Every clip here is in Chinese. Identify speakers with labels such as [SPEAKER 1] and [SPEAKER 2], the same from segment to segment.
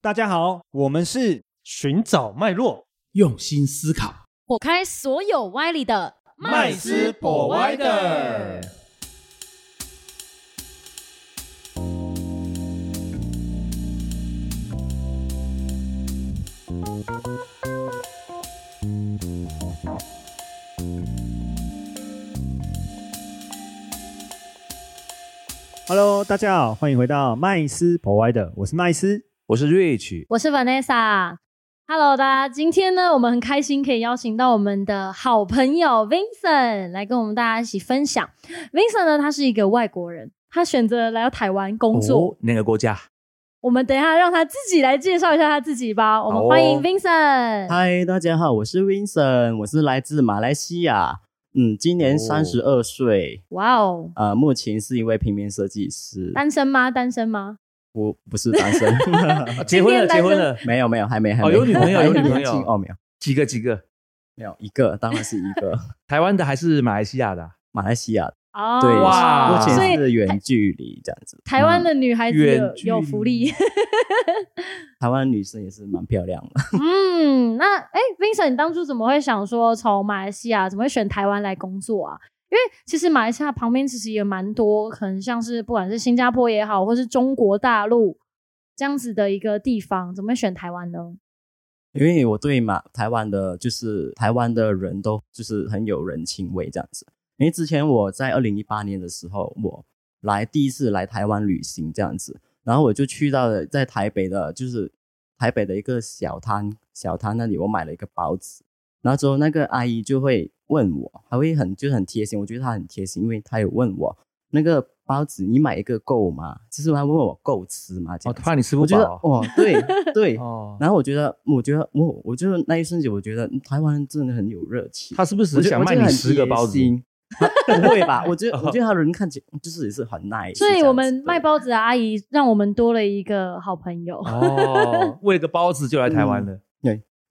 [SPEAKER 1] 大家好，我们是
[SPEAKER 2] 寻找脉络，
[SPEAKER 3] 用心思考。
[SPEAKER 4] 火开所有歪理的
[SPEAKER 1] 麦斯博歪的。Hello，大家好，欢迎回到麦斯 Provider，我是麦斯。
[SPEAKER 5] 我是 Rich，
[SPEAKER 4] 我是 Vanessa。Hello，大家，今天呢，我们很开心可以邀请到我们的好朋友 Vincent 来跟我们大家一起分享。Vincent 呢，他是一个外国人，他选择来到台湾工作。
[SPEAKER 5] 哦、那个国家，
[SPEAKER 4] 我们等一下让他自己来介绍一下他自己吧。我们欢迎
[SPEAKER 5] 好哦
[SPEAKER 4] Vincent。
[SPEAKER 6] 嗨，大家好，我是 Vincent，我是来自马来西亚，嗯，今年
[SPEAKER 5] 哦
[SPEAKER 6] 三十二岁，
[SPEAKER 4] 哇哦，
[SPEAKER 6] 呃，目前是一位平面设计师，
[SPEAKER 4] 单身吗？单身吗？
[SPEAKER 6] 我不是单身，
[SPEAKER 5] 啊结婚了，
[SPEAKER 4] 今
[SPEAKER 5] 结
[SPEAKER 4] 天
[SPEAKER 5] 婚了，
[SPEAKER 6] 没有没有，还没还没、
[SPEAKER 5] 哦有女朋友
[SPEAKER 6] 还
[SPEAKER 5] 有女
[SPEAKER 6] 没
[SPEAKER 5] 朋友
[SPEAKER 6] 进哦，没有
[SPEAKER 5] 几个几个，
[SPEAKER 6] 没有一个，当然是一个
[SPEAKER 5] 台湾的还是马来西亚的啊、
[SPEAKER 6] 马来西亚，
[SPEAKER 4] 哦，
[SPEAKER 6] 对，
[SPEAKER 5] 哇
[SPEAKER 6] 目
[SPEAKER 4] 所以
[SPEAKER 6] 前是远距离这样子，
[SPEAKER 4] 台湾的女孩
[SPEAKER 5] 嗯
[SPEAKER 4] 子
[SPEAKER 5] 远
[SPEAKER 4] 有
[SPEAKER 5] 距
[SPEAKER 4] 有福利。
[SPEAKER 6] 台湾女生也是蛮漂亮的，
[SPEAKER 4] 嗯，那哎、v i n c e n t 你当初怎么会想说从马来西亚怎么会选台湾来工作啊？因为其实马来西亚旁边其实也蛮多，可能像是不管是新加坡也好，或是中国大陆这样子的一个地方，怎么会选台湾呢？
[SPEAKER 6] 因为我对马台湾的，就是台湾的人都就是很有人情味这样子。因为之前我在二零一八年的时候，我来第一次来台湾旅行这样子，然后我就去到了在台北的，就是台北的一个小摊，小摊那里我买了一个包子，然后之后那个阿姨就会问我，还会很就是很贴心，我觉得她很贴心，因为她有问我那个包子你买一个够吗？就是她问我够吃吗？这
[SPEAKER 5] 哦，
[SPEAKER 6] 样子
[SPEAKER 5] 怕你吃不
[SPEAKER 6] 我觉得
[SPEAKER 5] 饱
[SPEAKER 6] 哦， 对对，
[SPEAKER 5] 哦。
[SPEAKER 6] 然后我觉得，我觉得，我我就那一瞬间，我觉得嗯台湾人真的很有热情。
[SPEAKER 5] 他是不是
[SPEAKER 6] 我
[SPEAKER 5] 只
[SPEAKER 6] 觉得
[SPEAKER 5] 想卖你十个包子？，
[SPEAKER 6] 我觉得很贴心不会吧？我觉得，我觉得他人看起来就是也是很 nice 这
[SPEAKER 4] 所
[SPEAKER 6] 样子。
[SPEAKER 4] 以我们卖
[SPEAKER 6] 对
[SPEAKER 4] 包子的阿姨让我们多了一个好朋友。
[SPEAKER 5] 哦，为了个包子就来台湾了。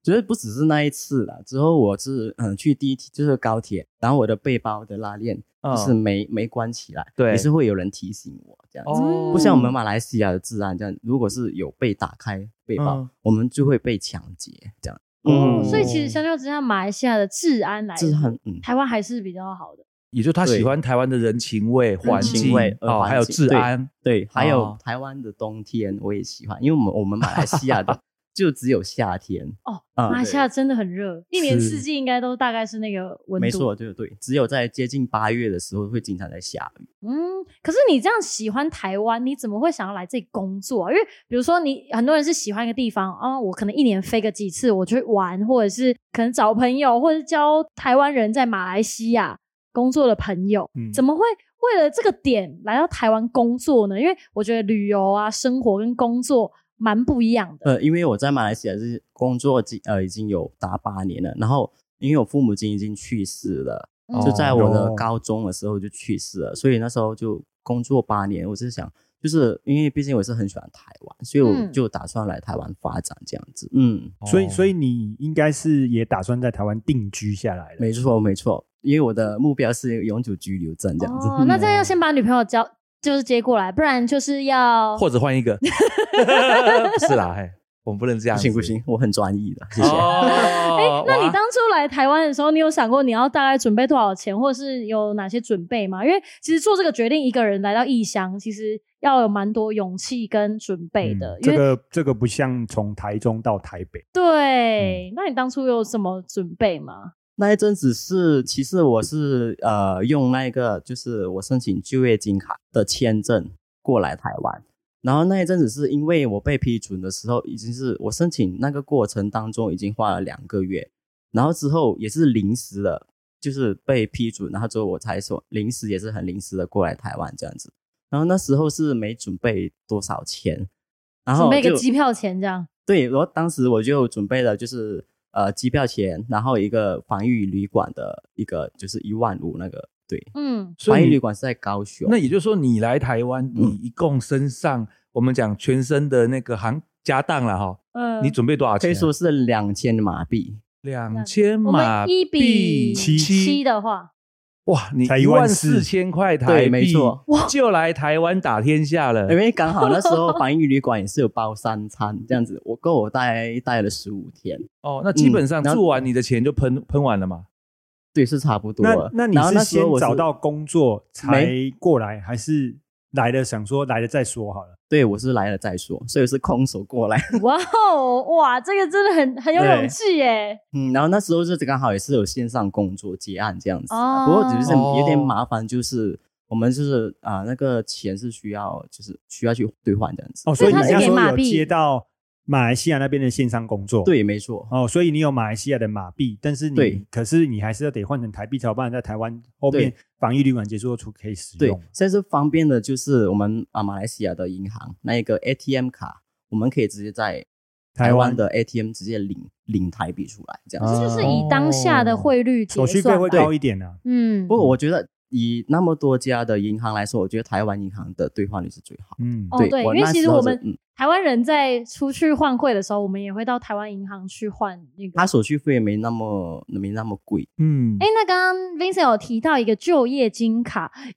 [SPEAKER 6] 觉得不只是那一次了。之后我是嗯去第一就是高铁，然后我的背包的拉链
[SPEAKER 5] 嗯
[SPEAKER 6] 就是没没关起来，
[SPEAKER 5] 对
[SPEAKER 6] 也是会有人提醒我这样子。
[SPEAKER 5] 哦，
[SPEAKER 6] 不像我们马来西亚的治安这样，如果是有被打开背包，
[SPEAKER 5] 嗯
[SPEAKER 6] 我们就会被抢劫这样。
[SPEAKER 5] 哦
[SPEAKER 4] 所以其实相较之下，马来西亚的治安来，
[SPEAKER 6] 这很嗯
[SPEAKER 4] 台湾还是比较好的。
[SPEAKER 5] 也就他喜欢台湾的人情味、环
[SPEAKER 4] 人
[SPEAKER 5] 境
[SPEAKER 4] 情
[SPEAKER 6] 味
[SPEAKER 5] 哦，
[SPEAKER 6] 环境
[SPEAKER 5] 还有治安。
[SPEAKER 6] 对，还有
[SPEAKER 5] 哦
[SPEAKER 6] 台湾的冬天我也喜欢，因为我们我们马来 西亚的就只有夏天，
[SPEAKER 4] 哦，
[SPEAKER 6] 啊
[SPEAKER 4] 马来西亚真的很热，一年
[SPEAKER 5] 是
[SPEAKER 4] 四季应该都大概是那个温度。
[SPEAKER 6] 没错，对对，只有在接近八月的时候会经常在下雨。
[SPEAKER 4] 嗯，可是你这样喜欢台湾，你怎么会想要来这里工作、啊？因为比如说你很多人是喜欢一个地方啊、我可能一年飞个几次，我去玩，或者是可能找朋友，或者是交台湾人在马来西亚工作的朋友，
[SPEAKER 5] 嗯
[SPEAKER 4] 怎么会为了这个点来到台湾工作呢？因为我觉得旅游啊、生活跟工作蛮不一样的。
[SPEAKER 6] 呃，因为我在马来西亚是工作已经呃已经有达八年了，然后因为我父母亲已经去世了，
[SPEAKER 4] 嗯
[SPEAKER 6] 就在我的
[SPEAKER 1] 哦
[SPEAKER 6] 高中的时候就去世了，所以那时候就工作八年，我是想。就是因为毕竟我是很喜欢台湾，所以我
[SPEAKER 4] 嗯
[SPEAKER 6] 就打算来台湾发展这样子。嗯，
[SPEAKER 1] 所
[SPEAKER 4] 哦
[SPEAKER 1] 以，所
[SPEAKER 5] 以
[SPEAKER 1] 以你应该是也打算在台湾定居下来了。
[SPEAKER 6] 没错没错，因为我的目标是永久居留证这样子。
[SPEAKER 4] 哦，那这样要先把女朋友交，就是接过来，不然就是要
[SPEAKER 5] 或者换一个，不是啦，嘿，我们不能这样
[SPEAKER 6] 不
[SPEAKER 5] 子。
[SPEAKER 6] 行不行，我很专一的，谢谢。哎
[SPEAKER 5] 哦，
[SPEAKER 4] 哎那你
[SPEAKER 5] 哇
[SPEAKER 4] 当初来台湾的时候，你有想过你要大概准备多少钱，或者是有哪些准备吗？因为其实做这个决定，一个人来到异乡，其实要有蛮多勇气跟准备的。
[SPEAKER 1] 嗯
[SPEAKER 4] 因
[SPEAKER 1] 这
[SPEAKER 4] 为、
[SPEAKER 1] 个这个不像从台中到台北，
[SPEAKER 4] 对，那你当初有什么准备吗？
[SPEAKER 6] 那一阵子是，其实我是呃用那个就是我申请就业金卡的签证过来台湾，然后那一阵子是因为我被批准的时候，已经是我申请那个过程当中已经花了两个月，然后之后也是临时的，就是被批准，然后之后我才说临时也是很临时的过来台湾这样子，然后那时候是没准备多少钱，然后
[SPEAKER 4] 准备一个
[SPEAKER 6] 就
[SPEAKER 4] 机票钱这样。
[SPEAKER 6] 对，然后当时我就准备了，就是呃机票钱，然后一个防疫旅馆的一个就是一万五那个，对，
[SPEAKER 4] 嗯，
[SPEAKER 5] 所
[SPEAKER 6] 防
[SPEAKER 5] 以
[SPEAKER 6] 疫
[SPEAKER 5] 你
[SPEAKER 6] 旅馆是在高雄，
[SPEAKER 5] 那也就是说，你来台湾，
[SPEAKER 6] 嗯
[SPEAKER 5] 你一共身上、我们讲全身的那个行家当了哈，
[SPEAKER 4] 呃，
[SPEAKER 5] 你准备多少
[SPEAKER 6] 可
[SPEAKER 5] 钱？啊
[SPEAKER 6] 以说是 两千马币，
[SPEAKER 5] 两千
[SPEAKER 4] 我
[SPEAKER 5] 马
[SPEAKER 4] 们一
[SPEAKER 5] 币
[SPEAKER 4] 比七的话，
[SPEAKER 5] 哇，你
[SPEAKER 1] 才
[SPEAKER 5] 一万
[SPEAKER 1] 14,000
[SPEAKER 5] 四千块台
[SPEAKER 6] 对
[SPEAKER 5] 币，
[SPEAKER 6] 没错，
[SPEAKER 5] 就来台湾打天下了。
[SPEAKER 6] 因为刚好那时候防疫旅馆也是有包三餐这样子，我跟我大概待了十五天，
[SPEAKER 5] 哦，那基本上
[SPEAKER 6] 嗯然后
[SPEAKER 5] 住完你的钱就喷喷完了嘛。
[SPEAKER 6] 对，是差不多
[SPEAKER 1] 那
[SPEAKER 6] 了。
[SPEAKER 1] 那你
[SPEAKER 6] 然后
[SPEAKER 1] 是
[SPEAKER 6] 那时
[SPEAKER 1] 先
[SPEAKER 6] 候我是
[SPEAKER 1] 找到工作才
[SPEAKER 6] 没
[SPEAKER 1] 过来，还是来了想说来了再说好了？
[SPEAKER 6] 对，我是来了再说，所以是空手过来。
[SPEAKER 4] 哇哦，哇，这个真的很很有勇
[SPEAKER 6] 对
[SPEAKER 4] 气耶！
[SPEAKER 6] 嗯，然后那时候就是刚好也是有线上工作结案这样子
[SPEAKER 4] 哦
[SPEAKER 6] 啊，不过只是有点
[SPEAKER 5] 哦
[SPEAKER 6] 麻烦，就是我们就是啊、那个钱是需要就是需要去兑换这样子。
[SPEAKER 1] 哦，所
[SPEAKER 4] 所以
[SPEAKER 1] 以你
[SPEAKER 4] 他是
[SPEAKER 1] 那
[SPEAKER 4] 给
[SPEAKER 1] 时候
[SPEAKER 4] 马
[SPEAKER 1] 有
[SPEAKER 4] 币
[SPEAKER 1] 接到马来西亚那边的线上工作，
[SPEAKER 6] 对，没错，
[SPEAKER 1] 哦，所以你有马来西亚的马币，但是你
[SPEAKER 6] 对
[SPEAKER 1] 可是你还是要得换成台币，才有办法在台湾后面
[SPEAKER 6] 对
[SPEAKER 1] 防疫旅馆结束后出可以使
[SPEAKER 6] 对
[SPEAKER 1] 用。，
[SPEAKER 6] 现在是方便的，就是我们啊马来西亚的银行那一个 ATM 卡，我们可以直接在台湾的 ATM 直接领领台币出来这样
[SPEAKER 5] 啊
[SPEAKER 6] 子。
[SPEAKER 4] 这就是以当下的汇率结
[SPEAKER 1] 手
[SPEAKER 4] 算
[SPEAKER 1] 续费会
[SPEAKER 4] 吧
[SPEAKER 1] 高一点啊。
[SPEAKER 4] 嗯，
[SPEAKER 6] 不过我觉得以那么多家的银行来说，我觉得台湾银行的兑换率是最好。
[SPEAKER 1] 嗯，
[SPEAKER 4] 哦对
[SPEAKER 6] 对，我
[SPEAKER 4] 因为
[SPEAKER 6] 那
[SPEAKER 4] 其
[SPEAKER 6] 时
[SPEAKER 4] 实
[SPEAKER 6] 候
[SPEAKER 4] 我
[SPEAKER 6] 是
[SPEAKER 4] 们
[SPEAKER 6] 嗯
[SPEAKER 4] 台湾人在出去换汇的时候，我们也会到台湾银行去换那个。
[SPEAKER 6] 它手续费没那么没那么贵，
[SPEAKER 5] 嗯
[SPEAKER 4] 哎，那刚刚 Vincent 有提到一个就业金卡，因为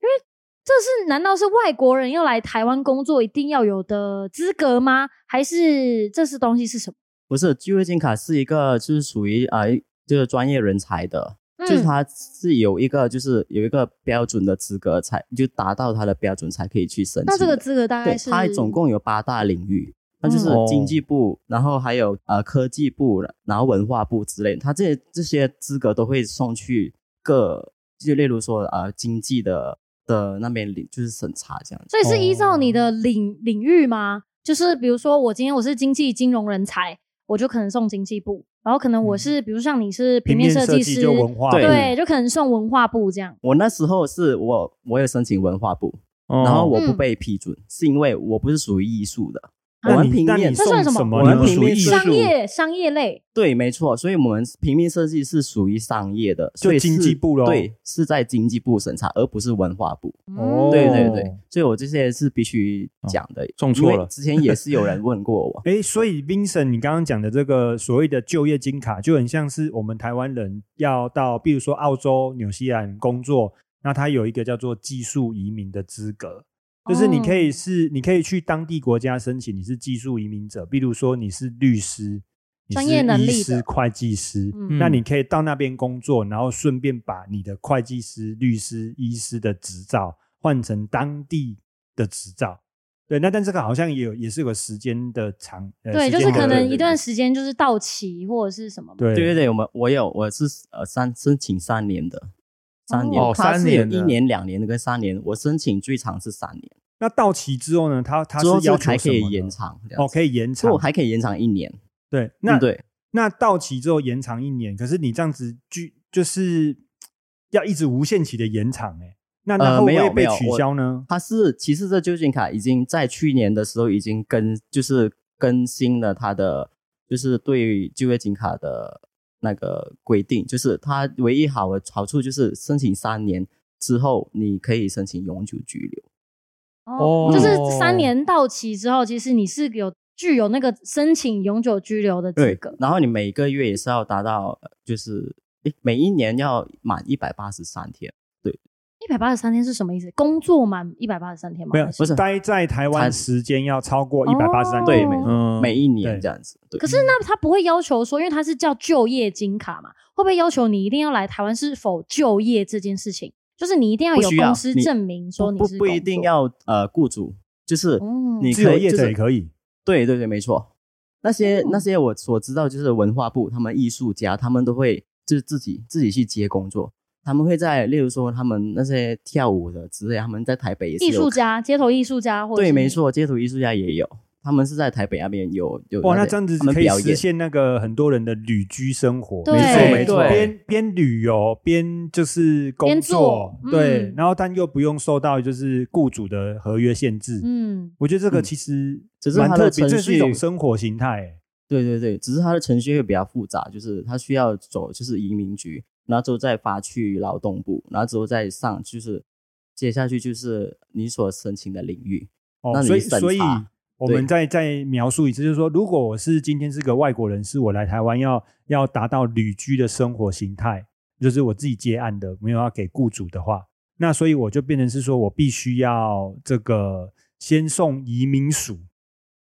[SPEAKER 4] 这是难道是外国人要来台湾工作一定要有的资格吗？还是这是东西是什么？
[SPEAKER 6] 不是，就业金卡是一个就是属于啊、呃就是专业人才的，就是
[SPEAKER 4] 嗯
[SPEAKER 6] 它是有一个就是有一个标准的资格才就达到它的标准才可以去申请的。
[SPEAKER 4] 那这个资格大概
[SPEAKER 6] 对，
[SPEAKER 4] 是
[SPEAKER 6] 它总共有八大领域，那就是
[SPEAKER 5] 嗯
[SPEAKER 6] 经济部，然后还有呃科技部，然后文化部之类，它这这些资格都会送去各，就例如说呃经济的的那边领，就是审查这样子。
[SPEAKER 4] 所以是依照你的领、领域吗？就是比如说，我今天我是经济金融人才，我就可能送经济部；然后可能我是、比如像你是平
[SPEAKER 1] 平面
[SPEAKER 4] 面设
[SPEAKER 1] 设
[SPEAKER 4] 计
[SPEAKER 1] 计
[SPEAKER 4] 师，
[SPEAKER 1] 就文化，
[SPEAKER 6] 对
[SPEAKER 4] 对，就可能送文化部这样。
[SPEAKER 6] 我那时候是我我有申请文化部，
[SPEAKER 5] 哦
[SPEAKER 6] 然后我不
[SPEAKER 4] 嗯
[SPEAKER 6] 被批准，是因为我不是属于艺术的，
[SPEAKER 1] 那你
[SPEAKER 6] 我们平
[SPEAKER 1] 那你
[SPEAKER 6] 面
[SPEAKER 4] 这算
[SPEAKER 1] 送
[SPEAKER 4] 什
[SPEAKER 1] 什
[SPEAKER 4] 么
[SPEAKER 5] 我
[SPEAKER 1] 么？
[SPEAKER 5] 们
[SPEAKER 1] 你不
[SPEAKER 5] 平
[SPEAKER 1] 属于
[SPEAKER 5] 面
[SPEAKER 1] 艺术
[SPEAKER 5] 设
[SPEAKER 4] 商业商业类，
[SPEAKER 6] 对，没错，所以我们平面设计是属于商业的，所以是
[SPEAKER 1] 经济部咯
[SPEAKER 6] 对，是在经济部审查，而不是文化部。
[SPEAKER 1] 哦，
[SPEAKER 6] 对对
[SPEAKER 4] 嗯
[SPEAKER 6] 对，所以我这些是必须讲的，
[SPEAKER 5] 中错了
[SPEAKER 6] 因为之前也是有人问过
[SPEAKER 4] 啊
[SPEAKER 6] 我
[SPEAKER 1] 哎，所以 Vincent，你刚刚讲的这个所谓的就业金卡，就很像是我们台湾人要到，比如说澳洲、纽西兰工作，那他有一个叫做技术移民的资格，就是你
[SPEAKER 4] 哦
[SPEAKER 1] 可以是，你可以去当地国家申请，你是技术移民者，比如说你是律师、你是
[SPEAKER 4] 专业能力的
[SPEAKER 1] 医师、会计师，
[SPEAKER 4] 嗯
[SPEAKER 1] 那你可以到那边工作，然后顺便把你的会计师、律师、医师的执照换成当地的执照。对，那但这个好像也有也是有个时间的长，呃、
[SPEAKER 4] 对，
[SPEAKER 1] 时
[SPEAKER 4] 就
[SPEAKER 1] 间
[SPEAKER 4] 是
[SPEAKER 1] 的
[SPEAKER 4] 可能
[SPEAKER 6] 对
[SPEAKER 4] 一段时间就是到期或者是什么嘛。
[SPEAKER 1] 对
[SPEAKER 6] 对对对，我们我有我是呃三申请三年的，三年
[SPEAKER 5] 哦，
[SPEAKER 6] 它
[SPEAKER 5] 三
[SPEAKER 6] 是有
[SPEAKER 5] 年的
[SPEAKER 6] 一年、两年的跟三年，我申请最长是三年，
[SPEAKER 1] 那到期之后呢，他他
[SPEAKER 6] 之后
[SPEAKER 1] 是要求
[SPEAKER 6] 还可以
[SPEAKER 1] 什么呢
[SPEAKER 6] 延长，这样
[SPEAKER 1] 哦，
[SPEAKER 6] 子
[SPEAKER 1] 可以延
[SPEAKER 6] 所
[SPEAKER 1] 长
[SPEAKER 6] 以我。还可以延长一年，
[SPEAKER 1] 对，那
[SPEAKER 6] 嗯对。
[SPEAKER 1] 那到期之后延长一年，可是你这样子就就是要一直无限期的延长、欸，那那
[SPEAKER 6] 呃
[SPEAKER 1] 会不
[SPEAKER 6] 没
[SPEAKER 1] 会
[SPEAKER 6] 有
[SPEAKER 1] 被
[SPEAKER 6] 没有
[SPEAKER 1] 取
[SPEAKER 6] 我
[SPEAKER 1] 消呢？
[SPEAKER 6] 它是其实这旧金卡已经在去年的时候已经更就是更新了它的就是对就业金卡的那个规定，就是它唯一好的好处就是申请三年之后你可以申请永久居留。
[SPEAKER 4] 哦
[SPEAKER 5] 哦，
[SPEAKER 4] 就是三年到期之后，其实你是有具有那个申请永久居留的资格。
[SPEAKER 6] 然后你每个月也是要达到呃就是诶每一年要满一百八十三天，
[SPEAKER 4] 一百八十三天是什么意思？工作满一百八十三天吗？
[SPEAKER 1] 没有，
[SPEAKER 4] 还是
[SPEAKER 6] 不是
[SPEAKER 1] 待在台湾
[SPEAKER 6] 才
[SPEAKER 1] 时间要超过一百八十三
[SPEAKER 4] 哦
[SPEAKER 6] 对没错
[SPEAKER 5] 嗯
[SPEAKER 6] 每一
[SPEAKER 1] 对
[SPEAKER 6] 年这样子。对
[SPEAKER 4] 可是那他不会要求说，因为他是叫就业金卡嘛，会不会要求你一定要来台湾是否就业这件事情？就是你一定要
[SPEAKER 6] 不
[SPEAKER 4] 有
[SPEAKER 6] 需要
[SPEAKER 4] 公司
[SPEAKER 6] 你
[SPEAKER 4] 证明说你
[SPEAKER 6] 不
[SPEAKER 4] 是
[SPEAKER 6] 不一
[SPEAKER 4] 工
[SPEAKER 6] 定
[SPEAKER 4] 作
[SPEAKER 6] 要呃雇主，就是
[SPEAKER 4] 嗯
[SPEAKER 6] 你
[SPEAKER 1] 自
[SPEAKER 6] 可
[SPEAKER 1] 由
[SPEAKER 6] 以
[SPEAKER 1] 业
[SPEAKER 6] 就
[SPEAKER 1] 者
[SPEAKER 6] 是
[SPEAKER 1] 也可以。
[SPEAKER 6] 对对对，没错。那些
[SPEAKER 4] 嗯
[SPEAKER 6] 那些我所知道就是文化部，他们艺术家，他们都会就是自己自己去接工作，他们会在例如说他们那些跳舞的之类，他们在台北也是
[SPEAKER 4] 艺术
[SPEAKER 6] 有
[SPEAKER 4] 家、街头艺术家或者
[SPEAKER 6] 对，
[SPEAKER 4] 是
[SPEAKER 6] 没。错，街头艺术家也有，他们是在台北那边有有
[SPEAKER 1] 哇，那
[SPEAKER 6] 些
[SPEAKER 1] 这样子
[SPEAKER 6] 他们
[SPEAKER 1] 可以
[SPEAKER 6] 表
[SPEAKER 1] 实
[SPEAKER 6] 演，
[SPEAKER 1] 现那个很多人的旅居生活，
[SPEAKER 4] 哎对没错
[SPEAKER 5] 没错
[SPEAKER 1] 边边旅游边就是工
[SPEAKER 4] 边做
[SPEAKER 1] 作，对
[SPEAKER 4] 嗯，
[SPEAKER 1] 然后但又不用受到就是雇主的合约限制。
[SPEAKER 4] 嗯，
[SPEAKER 1] 我觉得这个
[SPEAKER 6] 嗯
[SPEAKER 1] 其实
[SPEAKER 6] 只是
[SPEAKER 1] 蛮
[SPEAKER 6] 它
[SPEAKER 1] 特
[SPEAKER 6] 的
[SPEAKER 1] 别，
[SPEAKER 6] 程
[SPEAKER 1] 这是一种
[SPEAKER 6] 序
[SPEAKER 1] 生活形态、欸。
[SPEAKER 6] 对对对，只是他的程序会比较复杂，就是他需要走就是移民局，然后之后再发去劳动部，然后之后再上就是接下去就是你所申请的领域，
[SPEAKER 1] 哦，
[SPEAKER 6] 那你
[SPEAKER 1] 所以
[SPEAKER 6] 审
[SPEAKER 1] 所以
[SPEAKER 6] 查
[SPEAKER 1] 我们
[SPEAKER 6] 对
[SPEAKER 1] 再再描述一次，就是说，如果我是今天是个外国人士，我来台湾要要达到旅居的生活形态，就是我自己接案的，没有要给雇主的话，那所以我就变成是说我必须要这个先送移民署，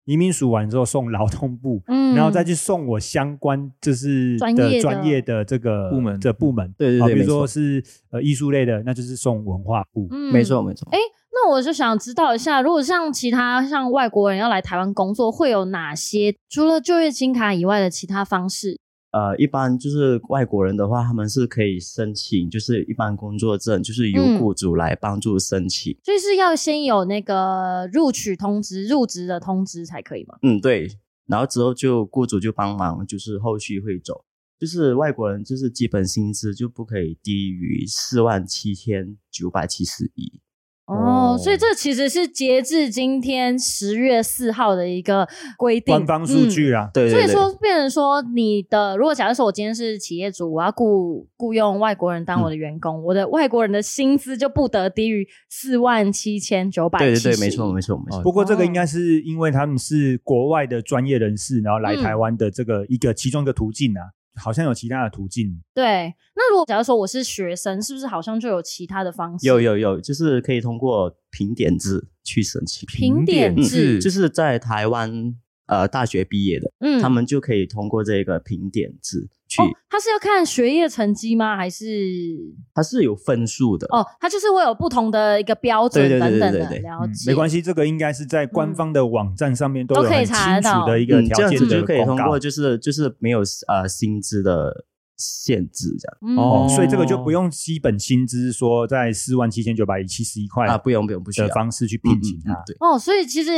[SPEAKER 1] 移民署完之后送劳动部，
[SPEAKER 4] 嗯，
[SPEAKER 1] 然后再去送我相关就是
[SPEAKER 4] 专业的
[SPEAKER 1] 的专业的这个
[SPEAKER 5] 部门
[SPEAKER 1] 的部门，
[SPEAKER 6] 对对
[SPEAKER 1] 好
[SPEAKER 6] 对
[SPEAKER 1] 比如
[SPEAKER 6] 没错
[SPEAKER 1] 说是呃艺术类的，那就是送文化部，
[SPEAKER 4] 嗯
[SPEAKER 6] 没错没错。
[SPEAKER 4] 哎那我就想知道一下，如果像其他像外国人要来台湾工作，会有哪些除了就业金卡以外的其他方式？
[SPEAKER 6] 呃，一般就是外国人的话，他们是可以申请，就是一般工作证，就是由
[SPEAKER 4] 嗯
[SPEAKER 6] 雇主来帮助申请。
[SPEAKER 4] 所以是要先有那个录取通知、入职的通知才可以吗？
[SPEAKER 6] 嗯，对。然后之后就雇主就帮忙，就是后续会走，就是外国人就是基本薪资就不可以低于四万七千九百七十一。
[SPEAKER 4] 哦，
[SPEAKER 1] 哦
[SPEAKER 4] 所以这其实是截至今天十月四号的一个规定，嗯
[SPEAKER 1] 官方数据啦，
[SPEAKER 6] 对
[SPEAKER 4] 所
[SPEAKER 6] 对
[SPEAKER 4] 以
[SPEAKER 6] 对，
[SPEAKER 4] 说，变成说你的，如果假设说我今天是企业主，我要雇雇佣外国人当
[SPEAKER 6] 嗯
[SPEAKER 4] 我的员工，我的外国人的薪资就不得低于四万七千九百。
[SPEAKER 6] 对对对，没错没错没错。
[SPEAKER 5] 哦
[SPEAKER 1] 不过这个应
[SPEAKER 4] 哦
[SPEAKER 1] 该是因为他们是国外的专业人士，然后来
[SPEAKER 4] 嗯
[SPEAKER 1] 台湾的这个一个其中一个途径啊，好像有其他的途径。
[SPEAKER 4] 对，那如果假如说我是学生，是不是好像就有其他的方式？
[SPEAKER 6] 有有有，就是可以通过评点制去申请。嗯
[SPEAKER 4] 评点
[SPEAKER 5] 评
[SPEAKER 4] 制，
[SPEAKER 5] 制
[SPEAKER 6] 就是在台湾呃大学毕业的，
[SPEAKER 4] 嗯
[SPEAKER 6] 他们就可以通过这个评点制去，
[SPEAKER 4] 哦，他是要看学业成绩吗？还是
[SPEAKER 6] 它是有分数的。
[SPEAKER 4] 哦，他就是会有不同的一个标准
[SPEAKER 6] 对对
[SPEAKER 4] 等
[SPEAKER 6] 对
[SPEAKER 4] 等
[SPEAKER 6] 对
[SPEAKER 4] 的
[SPEAKER 6] 对对
[SPEAKER 4] 了
[SPEAKER 1] 嗯
[SPEAKER 4] 解？嗯
[SPEAKER 1] 没关系，这个应该是在官方的网站上面都
[SPEAKER 4] 都
[SPEAKER 1] 有
[SPEAKER 4] 可以
[SPEAKER 1] 很
[SPEAKER 4] 查
[SPEAKER 1] 清
[SPEAKER 4] 得到
[SPEAKER 1] 楚的一个
[SPEAKER 6] 嗯，这
[SPEAKER 1] 条
[SPEAKER 6] 样
[SPEAKER 1] 件
[SPEAKER 6] 子
[SPEAKER 1] 的
[SPEAKER 6] 就可以
[SPEAKER 1] 公
[SPEAKER 6] 通
[SPEAKER 1] 告
[SPEAKER 6] 过，，就是就是没有呃薪资的限制这样
[SPEAKER 4] 嗯，
[SPEAKER 5] 哦
[SPEAKER 1] 所以这个就不用基本薪资说在四万七千九百七十一块
[SPEAKER 6] 啊，不用不用不需要
[SPEAKER 1] 的哎方式去
[SPEAKER 6] 嗯嗯
[SPEAKER 1] 聘请
[SPEAKER 6] 嗯
[SPEAKER 1] 他。
[SPEAKER 6] 对，
[SPEAKER 4] 哦，所以其实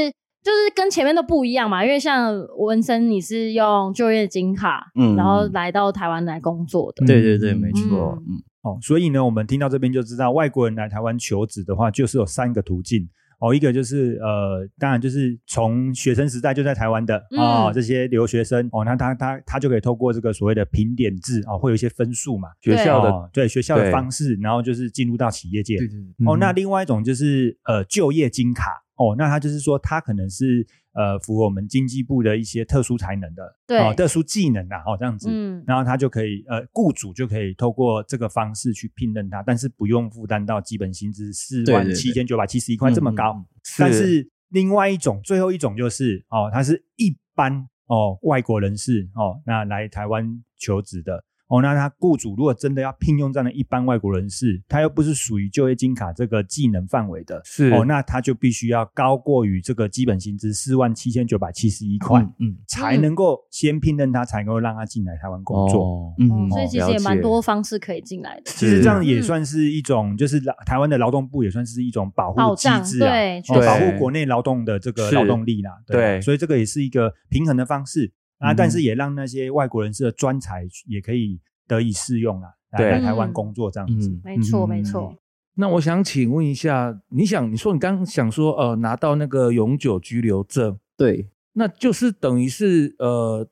[SPEAKER 4] 就是跟前面都不一样嘛，因为像文森你是用就业金卡，
[SPEAKER 6] 嗯
[SPEAKER 4] 然后来到台湾来工作的，
[SPEAKER 6] 对对对，没错，
[SPEAKER 4] 嗯
[SPEAKER 6] 嗯，
[SPEAKER 1] 哦，所以呢，我们听到这边就知道，外国人来台湾求职的话，就是有三个途径。哦，一个就是呃，当然就是从学生时代就在台湾的
[SPEAKER 4] 嗯
[SPEAKER 1] 哦，这些留学生哦，那他他他就可以透过这个所谓的评点制哦，会有一些分数嘛，
[SPEAKER 5] 学校的
[SPEAKER 1] 哦、对学校的
[SPEAKER 5] 对
[SPEAKER 1] 方式，然后就是进入到企业界。
[SPEAKER 5] 对嗯
[SPEAKER 1] 哦，那另外一种就是呃就业金卡哦，那它就是说它可能是呃符合我们经济部的一些特殊才能的，
[SPEAKER 4] 对
[SPEAKER 1] 哦、特殊技能啊，哦这样子，
[SPEAKER 4] 嗯，
[SPEAKER 1] 然后他就可以呃雇主就可以透过这个方式去聘任他，但是不用负担到基本薪资四
[SPEAKER 6] 对
[SPEAKER 1] 万
[SPEAKER 6] 对嗯
[SPEAKER 1] 七
[SPEAKER 6] 对
[SPEAKER 1] 千九百七十一块这么高，但是另外一种最后一种就是哦，他是一般哦外国人士哦，那来台湾求职的。哦，那他雇主如果真的要聘用这样的一般外国人士，他又不是属于就业金卡这个技能范围的，
[SPEAKER 5] 是
[SPEAKER 1] 哦，那他就必须要高过于这个基本薪资四万七千九百七十一块，
[SPEAKER 5] 嗯嗯
[SPEAKER 1] 才能够先聘任他，才能够让他进来台湾工作。
[SPEAKER 5] 哦
[SPEAKER 4] 哦
[SPEAKER 6] 嗯
[SPEAKER 4] 所以其实
[SPEAKER 5] 了
[SPEAKER 4] 也蛮
[SPEAKER 5] 解
[SPEAKER 4] 多方式可以进来的，
[SPEAKER 1] 其实
[SPEAKER 5] 是
[SPEAKER 1] 这样也算是一种，就是劳台湾的劳动部也算是一种保护
[SPEAKER 4] 保
[SPEAKER 1] 机
[SPEAKER 4] 障
[SPEAKER 1] 制啊，
[SPEAKER 4] 对
[SPEAKER 1] 哦
[SPEAKER 5] 确
[SPEAKER 1] 保
[SPEAKER 5] 实
[SPEAKER 1] 护国内劳动的这个
[SPEAKER 5] 是
[SPEAKER 1] 劳动力啦，啊
[SPEAKER 5] 对
[SPEAKER 1] 所以这个也是一个平衡的方式啊，
[SPEAKER 5] 嗯
[SPEAKER 1] 但是也让那些外国人士的专才也可以得以适用啊，来
[SPEAKER 5] 对
[SPEAKER 1] 来台湾工作这样子。
[SPEAKER 5] 嗯
[SPEAKER 4] 没错
[SPEAKER 1] 嗯
[SPEAKER 4] 没错，
[SPEAKER 5] 那我想请问一下，你想你说你刚刚想说呃拿到那个永久居留证，
[SPEAKER 6] 对，
[SPEAKER 5] 那就是等于是呃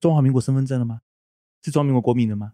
[SPEAKER 5] 中华民国身份证了吗？是中华民国国民的吗？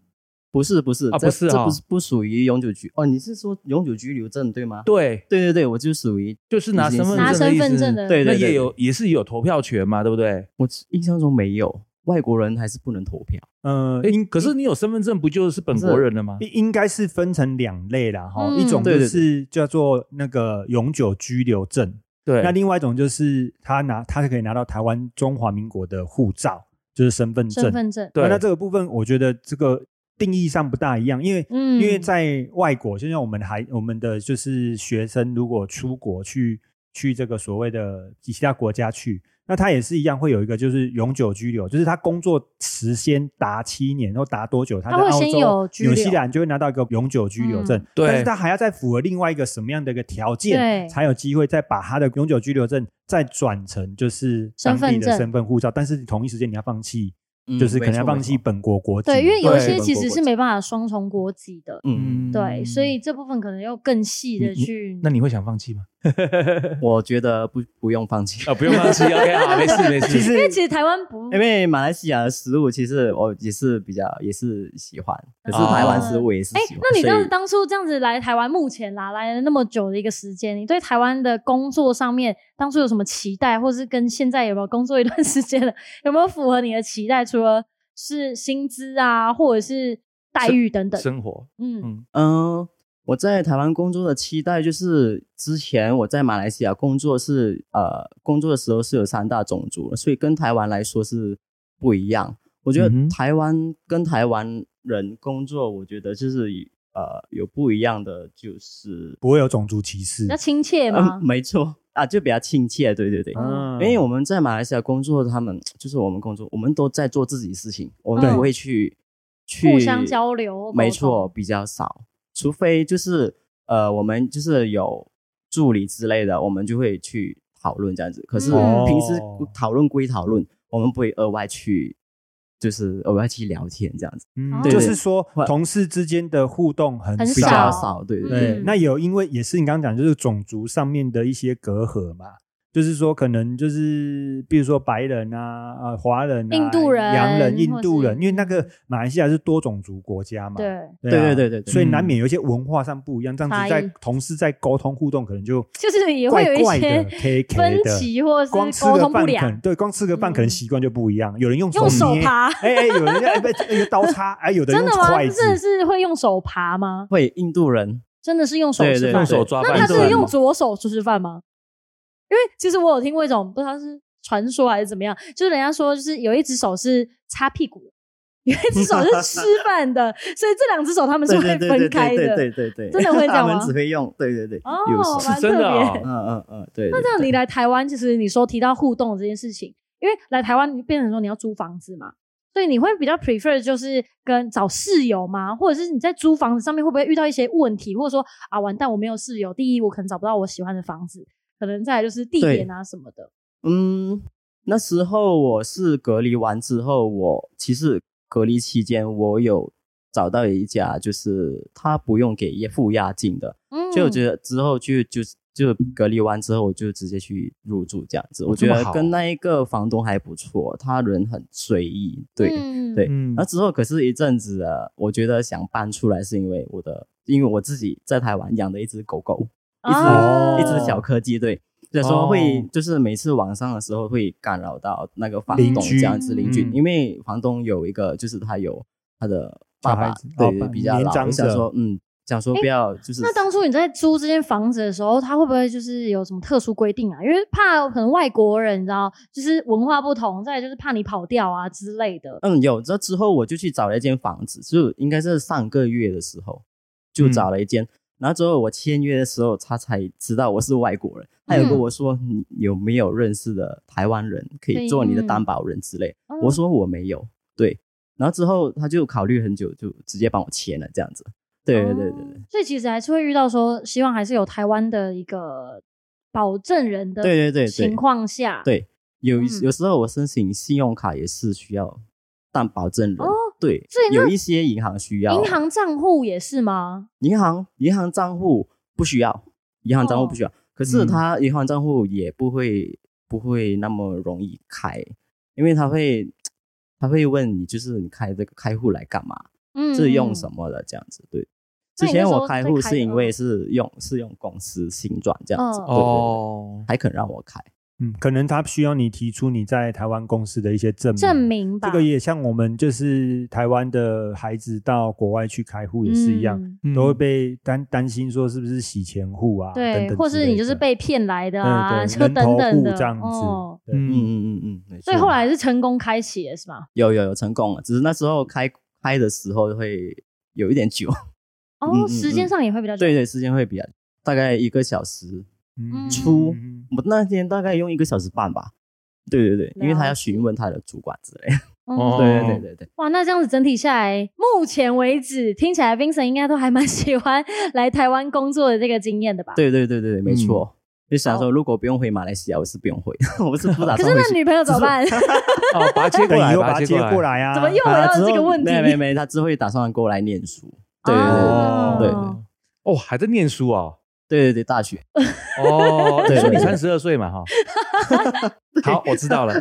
[SPEAKER 6] 不是不是
[SPEAKER 5] 啊
[SPEAKER 6] 这
[SPEAKER 5] 不是
[SPEAKER 6] 这
[SPEAKER 5] 哈
[SPEAKER 6] 不是不属于永久居哦，你是说永久居留证对吗？
[SPEAKER 5] 对，
[SPEAKER 6] 对对对，我就属于
[SPEAKER 5] 就是拿身份证
[SPEAKER 4] 拿
[SPEAKER 5] 的
[SPEAKER 4] 身
[SPEAKER 5] 意思
[SPEAKER 4] 份证的，
[SPEAKER 6] 对
[SPEAKER 5] 那也有也是有投票权嘛，对不对？
[SPEAKER 6] 我印象中没有外国人还是不能投票。
[SPEAKER 1] 呃，
[SPEAKER 5] 哎
[SPEAKER 1] 应，
[SPEAKER 5] 可是你有身份证，不就是本国人了吗？
[SPEAKER 1] 应应该是分成两类啦，哈，
[SPEAKER 4] 嗯
[SPEAKER 1] 一种
[SPEAKER 6] 对
[SPEAKER 1] 就
[SPEAKER 6] 对对
[SPEAKER 1] 是叫做那个永久居留证，
[SPEAKER 5] 对，
[SPEAKER 1] 那另外一种就是他拿他可以拿到台湾中华民国的护照，就是身份证
[SPEAKER 4] 身。份证，
[SPEAKER 5] 对
[SPEAKER 1] 那那这个部分，我觉得这个定义上不大一样，因为、
[SPEAKER 4] 嗯
[SPEAKER 1] 因为在外国，就像我们还我们的就是学生，如果出国去去这个所谓的其他国家去，那他也是一样会有一个就是永久居留，就是他工作时间达七年，然后达多久，他在
[SPEAKER 4] 他会
[SPEAKER 1] 澳
[SPEAKER 4] 先有
[SPEAKER 1] 洲、
[SPEAKER 4] 居留
[SPEAKER 1] 纽西兰就会拿到一个永久居留证，
[SPEAKER 4] 嗯
[SPEAKER 5] 对
[SPEAKER 1] 但是他还要再符合另外一个什么样的一个条件，
[SPEAKER 4] 对
[SPEAKER 1] 才有机会再把他的永久居留证再转成就是当地
[SPEAKER 4] 身份
[SPEAKER 1] 的
[SPEAKER 4] 证
[SPEAKER 1] 身份护照，但是同一时间你要放弃。
[SPEAKER 6] 嗯
[SPEAKER 1] 就是可能要放弃
[SPEAKER 6] 没错
[SPEAKER 1] 本国国籍。
[SPEAKER 4] 对，因为有一
[SPEAKER 5] 对
[SPEAKER 4] 些
[SPEAKER 6] 本
[SPEAKER 4] 其
[SPEAKER 6] 国
[SPEAKER 4] 实
[SPEAKER 6] 国
[SPEAKER 4] 是
[SPEAKER 6] 籍
[SPEAKER 4] 没办法双重国籍的，
[SPEAKER 6] 嗯，
[SPEAKER 4] 对，所以这部分可能要更细的
[SPEAKER 5] 你
[SPEAKER 4] 去，
[SPEAKER 5] 那你会想放弃吗？
[SPEAKER 6] 嗯我觉得不不用放弃，
[SPEAKER 5] 啊，不用放弃，OK，好，没事没事。
[SPEAKER 1] 其实
[SPEAKER 4] 因为其实台湾不
[SPEAKER 6] 因为马来西亚的食物其实我也是比较也是喜欢，可是
[SPEAKER 5] 哦
[SPEAKER 6] 台湾食物也是
[SPEAKER 4] 哎
[SPEAKER 6] 喜欢。，
[SPEAKER 4] 那你这样
[SPEAKER 6] 所
[SPEAKER 4] 子
[SPEAKER 6] 以
[SPEAKER 4] 当初这样子来台湾，目前啦来了那么久的一个时间，你对台湾的工作上面当初有什么期待，或是跟现在有没有工作一 段时间了，有没有符合你的期待？除了是薪资啊，或者是待遇等等。
[SPEAKER 5] 生活，
[SPEAKER 4] 嗯
[SPEAKER 5] 嗯，
[SPEAKER 6] 嗯，我在台湾工作的期待就是，之前我在马来西亚工作是呃，工作的时候是有三大种族的，所以跟台湾来说是不一样。我觉得
[SPEAKER 5] 嗯哼
[SPEAKER 6] 台湾跟台湾人工作，我觉得就是呃有不一样的，就是
[SPEAKER 1] 不会有种族歧视
[SPEAKER 4] 比较。亲切
[SPEAKER 6] 嗯
[SPEAKER 4] 吗？
[SPEAKER 6] 没错啊，就比较亲切，对对对。
[SPEAKER 1] 嗯，
[SPEAKER 6] 因为我们在马来西亚工作，他们就是我们工作，我们都在做自己事情，我
[SPEAKER 4] 对
[SPEAKER 6] 们不会去去
[SPEAKER 4] 互相交流或沟
[SPEAKER 6] 没
[SPEAKER 4] 通
[SPEAKER 6] 错，比较少，除非就是呃，我们就是有助理之类的，我们就会去讨论这样子。可是
[SPEAKER 4] 嗯
[SPEAKER 6] 平时
[SPEAKER 1] 哦
[SPEAKER 6] 讨论归讨论，我们不会额外去就是额外去聊天这样子，
[SPEAKER 1] 嗯
[SPEAKER 4] 对
[SPEAKER 1] 就是说
[SPEAKER 6] 对
[SPEAKER 1] 同事之间的互动很
[SPEAKER 4] 很
[SPEAKER 6] 比
[SPEAKER 4] 少
[SPEAKER 6] 较少。对对对
[SPEAKER 1] 对
[SPEAKER 4] 嗯，
[SPEAKER 1] 那有因为也是你刚刚讲，就是种族上面的一些隔阂嘛，就是说可能就是比如说白人啊、啊华人、啊、
[SPEAKER 4] 印度人
[SPEAKER 1] 洋人、印度
[SPEAKER 4] 或
[SPEAKER 1] 人，
[SPEAKER 4] 是嗯
[SPEAKER 1] 因为那个马来西亚是多种族国家嘛，
[SPEAKER 4] 对，
[SPEAKER 1] 啊
[SPEAKER 6] 对对对对对
[SPEAKER 1] 所以难免有一些文化上不一样，这样
[SPEAKER 4] 差
[SPEAKER 1] 子
[SPEAKER 4] 异
[SPEAKER 1] 在同事在沟通互动可能就
[SPEAKER 4] 就是也会
[SPEAKER 1] 怪
[SPEAKER 4] 有一
[SPEAKER 1] 怪的、
[SPEAKER 4] 些
[SPEAKER 1] K
[SPEAKER 4] 分
[SPEAKER 1] K 的。
[SPEAKER 4] 歧或者
[SPEAKER 1] 光
[SPEAKER 4] 是
[SPEAKER 1] 吃
[SPEAKER 4] 沟
[SPEAKER 1] 个
[SPEAKER 4] 通不
[SPEAKER 1] 饭可
[SPEAKER 4] 良
[SPEAKER 1] 能，对，光吃个饭可能
[SPEAKER 4] 嗯
[SPEAKER 1] 习惯就不一样，有人用手
[SPEAKER 4] 用手
[SPEAKER 1] 捏，
[SPEAKER 4] 爬，
[SPEAKER 1] 哎哎，有人家哎不那个刀叉，哎，有的
[SPEAKER 4] 真
[SPEAKER 1] 用
[SPEAKER 4] 的吗？
[SPEAKER 1] 筷
[SPEAKER 4] 这
[SPEAKER 1] 子，
[SPEAKER 4] 真的是会用手爬吗？
[SPEAKER 6] 会印度人
[SPEAKER 4] 真的是用手
[SPEAKER 6] 对
[SPEAKER 4] 吃
[SPEAKER 6] 对
[SPEAKER 4] 饭
[SPEAKER 5] 用
[SPEAKER 4] 吗？
[SPEAKER 5] 手抓
[SPEAKER 4] 那
[SPEAKER 5] 饭
[SPEAKER 4] 他
[SPEAKER 5] 是吧，
[SPEAKER 4] 是用左手吃饭吗？因为其实我有听过一种，不知道是传说还是怎么样，就是人家说，就是有一只手是擦屁股的，有一只手是 吃饭的，所以这两只手他们是
[SPEAKER 6] 对
[SPEAKER 4] 会
[SPEAKER 6] 对对
[SPEAKER 4] 分
[SPEAKER 6] 对
[SPEAKER 4] 开
[SPEAKER 6] 对
[SPEAKER 4] 的。
[SPEAKER 6] 对对对，
[SPEAKER 4] 真的会这样
[SPEAKER 6] 他
[SPEAKER 4] 吗
[SPEAKER 6] 们只会用对对对，
[SPEAKER 4] 哦
[SPEAKER 6] 右手
[SPEAKER 4] 蛮
[SPEAKER 5] 是真的
[SPEAKER 4] 特别
[SPEAKER 5] 哦
[SPEAKER 6] 嗯嗯嗯，对。
[SPEAKER 4] 那
[SPEAKER 6] 对
[SPEAKER 4] 这样
[SPEAKER 6] 对
[SPEAKER 4] 你来台湾，其实你说提到互动这件事情，因为来台湾你变成说你要租房子嘛，所以你会比较 prefer 就是跟找室友吗？或者是你在租房子上面会不会遇到一些问题，或者说啊完蛋我没有室友，第一我可能找不到我喜欢的房子，可能再来就是地
[SPEAKER 6] 对
[SPEAKER 4] 点啊什么的。
[SPEAKER 6] 嗯，那时候我是隔离完之后，我其实隔离期间我有找到一家，就是他不用给押付押金的，
[SPEAKER 4] 嗯，
[SPEAKER 6] 所以我觉得之后就就就隔离完之后，我就直接去入住这样子。
[SPEAKER 4] 哦
[SPEAKER 6] 我
[SPEAKER 5] 这
[SPEAKER 6] 觉
[SPEAKER 5] 么
[SPEAKER 6] 得
[SPEAKER 4] 啊
[SPEAKER 5] 好
[SPEAKER 6] 跟那一个房东还不错，他人很随意，对。
[SPEAKER 4] 嗯
[SPEAKER 6] 对啊
[SPEAKER 5] 嗯
[SPEAKER 6] 那之后可是一阵子了，我觉得想搬出来是因为我的，因为我自己在台湾养的一只狗狗，一只、
[SPEAKER 4] 啊
[SPEAKER 6] 一
[SPEAKER 1] 哦
[SPEAKER 6] 只小柯基，对，所以说会、
[SPEAKER 5] 哦
[SPEAKER 6] 就是每次晚上的时候会干扰到那个房
[SPEAKER 1] 邻
[SPEAKER 6] 东
[SPEAKER 1] 居
[SPEAKER 6] 这样子邻居，
[SPEAKER 5] 嗯
[SPEAKER 6] 因为房东有一个就是他有他的
[SPEAKER 1] 小
[SPEAKER 6] 爸
[SPEAKER 1] 孩
[SPEAKER 6] 爸
[SPEAKER 1] 子，
[SPEAKER 6] 对
[SPEAKER 1] 哦
[SPEAKER 6] 对
[SPEAKER 1] 爸
[SPEAKER 6] 比较
[SPEAKER 1] 年
[SPEAKER 6] 老，
[SPEAKER 1] 长
[SPEAKER 6] 我想
[SPEAKER 1] 者
[SPEAKER 6] 说嗯，想说不要就是
[SPEAKER 4] 那当初你在租这间房子的时候，他会不会就是有什么特殊规定啊？因为怕可能外国人，你知道，就是文化不同，再来就是怕你跑掉啊之类的。
[SPEAKER 6] 嗯有这之后我就去找了一间房子，就应该是上个月的时候就
[SPEAKER 5] 嗯
[SPEAKER 6] 找了一间。然后之后我签约的时候，他才知道我是外国人。他有跟
[SPEAKER 4] 嗯
[SPEAKER 6] 我说：“你有没有认识的台湾人可
[SPEAKER 4] 对
[SPEAKER 6] 以做你的
[SPEAKER 4] 嗯
[SPEAKER 6] 担保人之类？”
[SPEAKER 4] 嗯
[SPEAKER 6] 我说我没有，对。然后之后他就考虑很久，就直接帮我签了这样子。对对对对对
[SPEAKER 4] 哦所以其实还是会遇到说，希望还是有台湾的一个保证人的
[SPEAKER 6] 对对对对
[SPEAKER 4] 情况下，
[SPEAKER 6] 对有
[SPEAKER 4] 嗯
[SPEAKER 6] 有时候我申请信用卡也是需要担保证人，
[SPEAKER 4] 哦
[SPEAKER 6] 对
[SPEAKER 4] 所以，那
[SPEAKER 6] 有一些银行需要，
[SPEAKER 4] 银行账户也是吗？
[SPEAKER 6] 银行银行账户不需要，银行账户
[SPEAKER 4] 哦
[SPEAKER 6] 不需要，可是
[SPEAKER 1] 嗯
[SPEAKER 6] 他银行账户也不会不会那么容易开，因为他会他会问你，就是你开这个开户来干嘛？
[SPEAKER 4] 嗯，
[SPEAKER 6] 是用什
[SPEAKER 4] 么？
[SPEAKER 6] 么的这样子。对，
[SPEAKER 4] 那
[SPEAKER 6] 之
[SPEAKER 4] 你那
[SPEAKER 6] 前
[SPEAKER 4] 时
[SPEAKER 6] 我
[SPEAKER 4] 候
[SPEAKER 6] 开
[SPEAKER 4] 在
[SPEAKER 6] 户
[SPEAKER 4] 开
[SPEAKER 6] 是因
[SPEAKER 4] 的
[SPEAKER 6] 为是用是用公司新转这样子，
[SPEAKER 4] 嗯
[SPEAKER 6] 对对对
[SPEAKER 5] 哦，
[SPEAKER 6] 还肯让我开。
[SPEAKER 1] 嗯，可能他需要你提出你在台湾公司的一些证明。
[SPEAKER 4] 证明吧？
[SPEAKER 1] 嗯这个也像我们就是台湾的孩子到国外去开户也是一样，
[SPEAKER 4] 嗯
[SPEAKER 1] 都会被担担心说是不是洗钱户啊，等
[SPEAKER 4] 对，
[SPEAKER 1] 等
[SPEAKER 4] 或
[SPEAKER 1] 之
[SPEAKER 4] 是
[SPEAKER 1] 类
[SPEAKER 4] 你就是
[SPEAKER 1] 的
[SPEAKER 4] 被骗来的
[SPEAKER 1] 对
[SPEAKER 4] 啊，
[SPEAKER 1] 对
[SPEAKER 4] 就
[SPEAKER 1] 人头
[SPEAKER 4] 等等
[SPEAKER 1] 户
[SPEAKER 4] 的
[SPEAKER 1] 这样子。
[SPEAKER 4] 哦。
[SPEAKER 1] 对
[SPEAKER 6] 嗯嗯嗯嗯，没
[SPEAKER 4] 所以
[SPEAKER 6] 错
[SPEAKER 4] 后来是成功开启了，是吗？
[SPEAKER 6] 有有有成功了，只是那时候开开的时候会有一点久，
[SPEAKER 4] 哦，
[SPEAKER 6] 嗯嗯
[SPEAKER 4] 时间
[SPEAKER 6] 嗯
[SPEAKER 4] 上也会比较久。
[SPEAKER 6] 对对，时间会比较大概一个小时，
[SPEAKER 1] 嗯
[SPEAKER 6] 出
[SPEAKER 1] 嗯
[SPEAKER 6] 我那天大概用一个小时半吧。对对对，因为他
[SPEAKER 4] 了
[SPEAKER 6] 要
[SPEAKER 4] 解
[SPEAKER 6] 询问他的主管之类的。
[SPEAKER 4] 哦
[SPEAKER 5] 哦
[SPEAKER 6] 对对对对对，
[SPEAKER 4] 哇，那这样子整体下来，目前为止听起来 Vincent 应该都还蛮 喜欢来台湾工作的这个经验的吧？。
[SPEAKER 6] 对对对对对，没
[SPEAKER 5] 嗯
[SPEAKER 6] 错。就想
[SPEAKER 4] 好
[SPEAKER 6] 说，如果不用回马来西亚，我是不用回， 我是不打
[SPEAKER 4] 哦可
[SPEAKER 6] 算
[SPEAKER 4] 是
[SPEAKER 6] 回
[SPEAKER 4] 那
[SPEAKER 6] 去。
[SPEAKER 4] 女朋友怎么 办？ 怎
[SPEAKER 5] 哦，把它接过
[SPEAKER 1] 等
[SPEAKER 5] 来，
[SPEAKER 1] 以后把它接过
[SPEAKER 5] 来，
[SPEAKER 1] 来啊，
[SPEAKER 4] 么又回
[SPEAKER 6] 啊
[SPEAKER 4] 到
[SPEAKER 6] 之
[SPEAKER 4] 这个
[SPEAKER 6] 后
[SPEAKER 4] 问题？
[SPEAKER 6] 没没没，他之后会打算过来念书。对对对对
[SPEAKER 4] 哦
[SPEAKER 6] 对对
[SPEAKER 4] 哦
[SPEAKER 5] 哦，还在念书哦，
[SPEAKER 6] 对对对，大学。
[SPEAKER 5] 哦，
[SPEAKER 6] 对
[SPEAKER 5] 你说你
[SPEAKER 6] 对对
[SPEAKER 5] 三十二岁嘛哈，好，我知道了，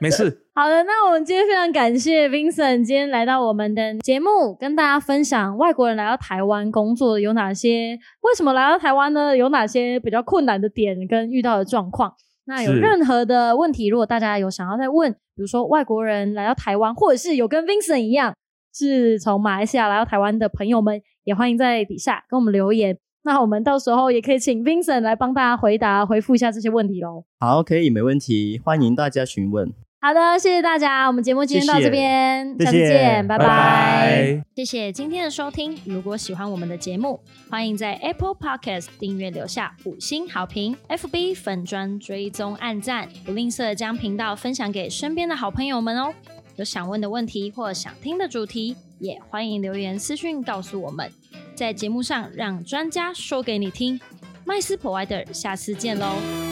[SPEAKER 5] 没事，
[SPEAKER 4] 好的，那我们今天非常感谢 Vincent 今天来到我们的节目，跟大家分享外国人来到台湾工作有哪些，为什么来到台湾呢？有哪些比较困难的点跟遇到的状况？那有
[SPEAKER 5] 是
[SPEAKER 4] 任何的问题，如果大家有想要再问，比如说外国人来到台湾，或者是有跟 Vincent 一样是从马来西亚来到台湾的朋友们，也欢迎在底下跟我们留言。那我们到时候也可以请 Vincent 来帮大家回答、回复一下这些问题喽。
[SPEAKER 6] 好，可以，没问题，欢迎大家询问。
[SPEAKER 4] 好的，谢谢大家，我们节目今天到这边，
[SPEAKER 1] 谢谢
[SPEAKER 4] 下次
[SPEAKER 1] 谢谢
[SPEAKER 4] 见，拜
[SPEAKER 1] 拜
[SPEAKER 5] 拜
[SPEAKER 4] 谢谢今天的收听。如果喜欢我们的节目，欢迎在 Apple Podcast 订阅留下五星好评，FB 粉砖追踪按赞，不吝啬将频道分享给身边的好朋友们哦。有想问的问题或想听的主题，也欢迎留言私讯告诉我们，在节目上让专家说给你听。麦斯 Provider，下次见喽。